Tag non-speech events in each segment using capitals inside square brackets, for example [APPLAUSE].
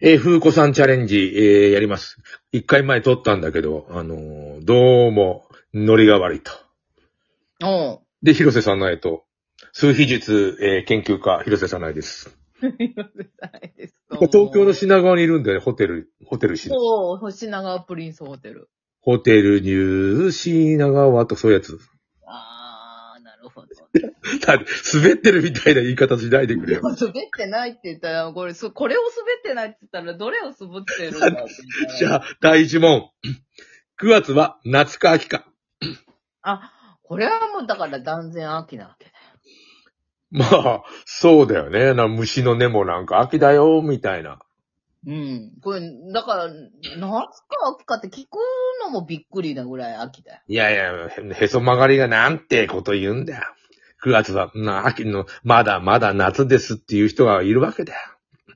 えー、風子さんチャレンジ、えー、やります。一回前撮ったんだけど、あのーどうも、ノリが悪いと。おう。で、広瀬さんないと、数秘術、えー研究家、広瀬さないです。今東京の品川にいるんだよね、ホテル、ホテルし、そう、品川プリンスホテル。ホテルニュー、品川とそういうやつ。あー、なるほど。だ滑ってるみたいな言い方しないでくれよ。滑ってないって言ったら、これ、そこれを滑ってないって言ったら、どれを滑ってるんだって言ったじらゃあ、第一問。9月は夏か秋か。あ、これはもうだから断然秋なわけね。まあ、そうだよね。な虫の根もなんか秋だよ、みたいな。うん。これ、だから、夏か秋かって聞くのもびっくりなぐらい秋だよ。いやいや、へへそ曲がりがなんてこと言うんだよ。9月は、な、秋の、まだまだ夏ですっていう人がいるわけだよ。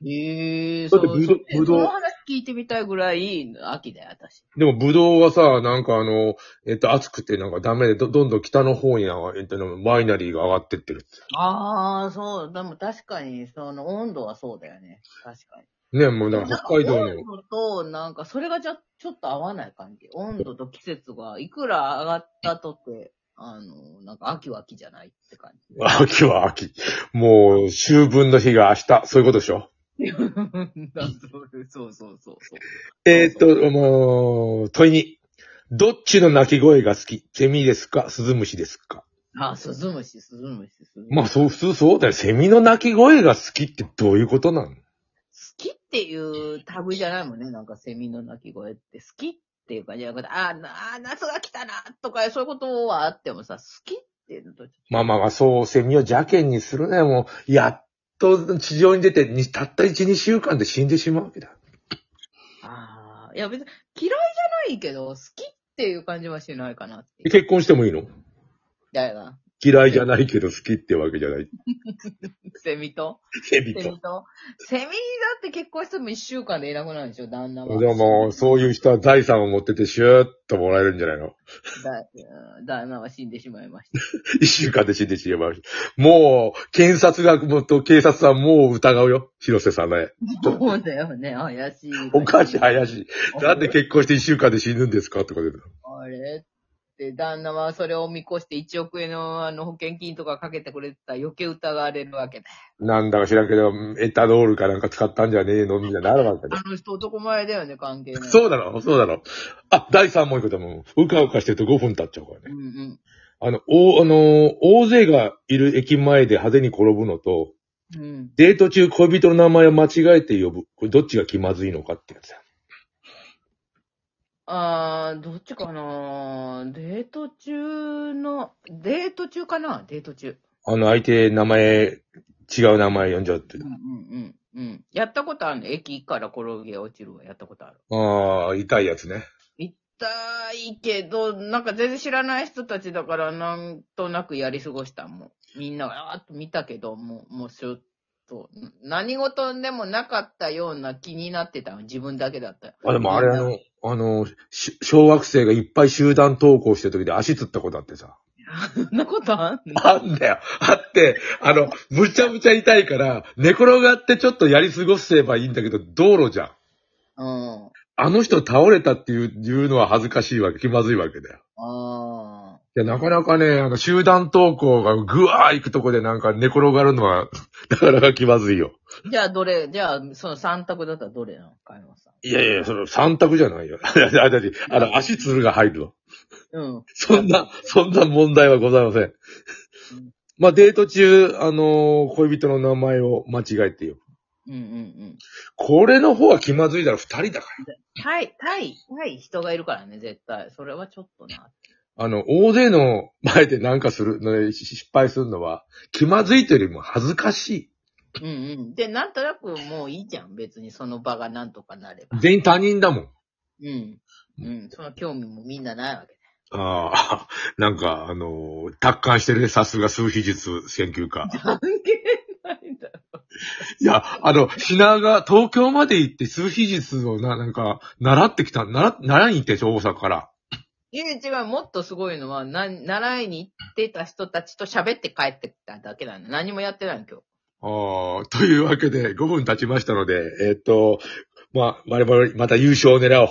へえー、だそってうぶどうそぶう。どうその話聞いてみたいぐらい秋だよ、私。でも、ブドウはさ、なんかあの、えっと、暑くてなんかダメで、ど、どんどん北の方になんか、えっと、ワイナリーが上がってってるって。あー、そう、でも確かに、その温度はそうだよね。確かに。ね、もうなんか北海道の温、度と、なんか、それがじゃ、ちょっと合わない感じ。温度と季節が、いくら上がったとって、あの、なんか、秋は秋じゃないって感 [LAUGHS] じ。秋は秋。もう、秋分の日が明日、そういうことでしょそうそうそうそう。えーっと、もう、問いに。どっちの鳴き声が好きセミですかスズムシですかあ、スズムシ、スズムシ、スズムシ。まあ好そう、普通そうだよ。セミの鳴き声が好きってどういうことなのきっていうタグじゃないもんね。なんか、セミの鳴き声って好きっていう感じじゃなくて、あ、なあ夏が来たなとか、そういうことはあってもさ、好きっていうのと、まあまあまあ、そう、セミを邪険にするね。もう、やっと地上に出て、にたった1、2週間で死んでしまうわけだ。ああ、いや別に嫌いじゃないけど、好きっていう感じはしないかなっていう。結婚してもいいのだよな。嫌いじゃないけど好きってわけじゃ [LAUGHS] ない。セミとセミセミと。とセミだって結婚しても一週間でいなくなるでしょ、旦那は。でも、そういう人は財産を持っててシューッともらえるんじゃないの [LAUGHS] だうん旦那は死んでしまいました。一週間で死んでしまうし。もう、検察が、もっと警察はもう疑うよ。広瀬さんね。そうだよね、怪しい。おかしい、怪しい。なんであれ結婚して一週間で死ぬんですかってことで。あれって、旦那はそれを見越して1億円のあの保険金とかかけてくれてたら余計疑われるわけだよ。なんだか知らんけど、エタノールかなんか使ったんじゃねえのみたいになるわけだ。あの人男前だよね、関係ない。そうだろ、そうだろ。あ、第3問いくともう、うかうかしてると5分経っちゃうからうね。んうん。あの、お、あのー大勢がいる駅前で派手に転ぶのと、うん。デート中恋人の名前を間違えて呼ぶ。これどっちが気まずいのかってやつだ。あー、どっちかなデート中の、デート中かなデート中。あの、相手名前、違う名前呼んじゃうっていううん。うんうん。うん。やったことあるの駅から転げ落ちるわ。やったことある。ああ、痛いやつね。痛いけど、なんか全然知らない人たちだから、なんとなくやり過ごしたもん。みんなが、あーっと見たけど、もう、もうしょっと。何事でもなかったような気になってたの。自分だけだった。あ、でもあれあの、あの、し小学生がいっぱい集団登校してる時で足つったことあってさ。 [LAUGHS] そんなことあんのあんだよ。あって、あの、むちゃむちゃ痛いから、寝転がってちょっとやり過ごせばいいんだけど、道路じゃん。うん。あの人倒れたっていう、いうのは恥ずかしいわけ、気まずいわけだよ。あいや、なかなかね、あの、集団登校がぐわー行くとこでなんか寝転がるのは、 [LAUGHS] なかなか気まずいよ。ー。じゃあ、どれ、じゃあ、その三択だったらどれなのか山さん。いやいや、その三択じゃないよ。 [LAUGHS] あだってあの、足つるが入るわ。うん。そんな、そんな問題はございませんん。まあ、デート中、あのー恋人の名前を間違えてよ。うんうんうん。これの方は気まずいだろ、二人だから。対、対、対人がいるからね、絶対。それはちょっとな。あの、大勢の前でなんかする、ねし失敗するのは、気まずいというよりも恥ずかしうんうん。で、なんとなくもういいじゃん。別にその場がなんとかなればい。。全員他人だもん。うん。うん。その興味もみんなないわけ。 [LAUGHS] ああ、 [LAUGHS] なんか、あのー達観してるね、さすが数秘術研究家。関係ないんだよ。いや、あの、品が東京まで行って数秘術をな、なんか、習ってきた、習、習いに行ってんでしょ、大阪から。いや違う、もっとすごいのは、な、習いに行ってた人たちと喋って帰ってきただけなんだ。何もやってないの今日。ああ、というわけで5分経ちましたので、えっと、まあ、我々、また優勝を狙おう。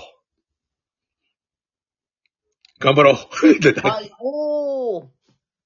頑張ろう。って [LAUGHS] はい、おー。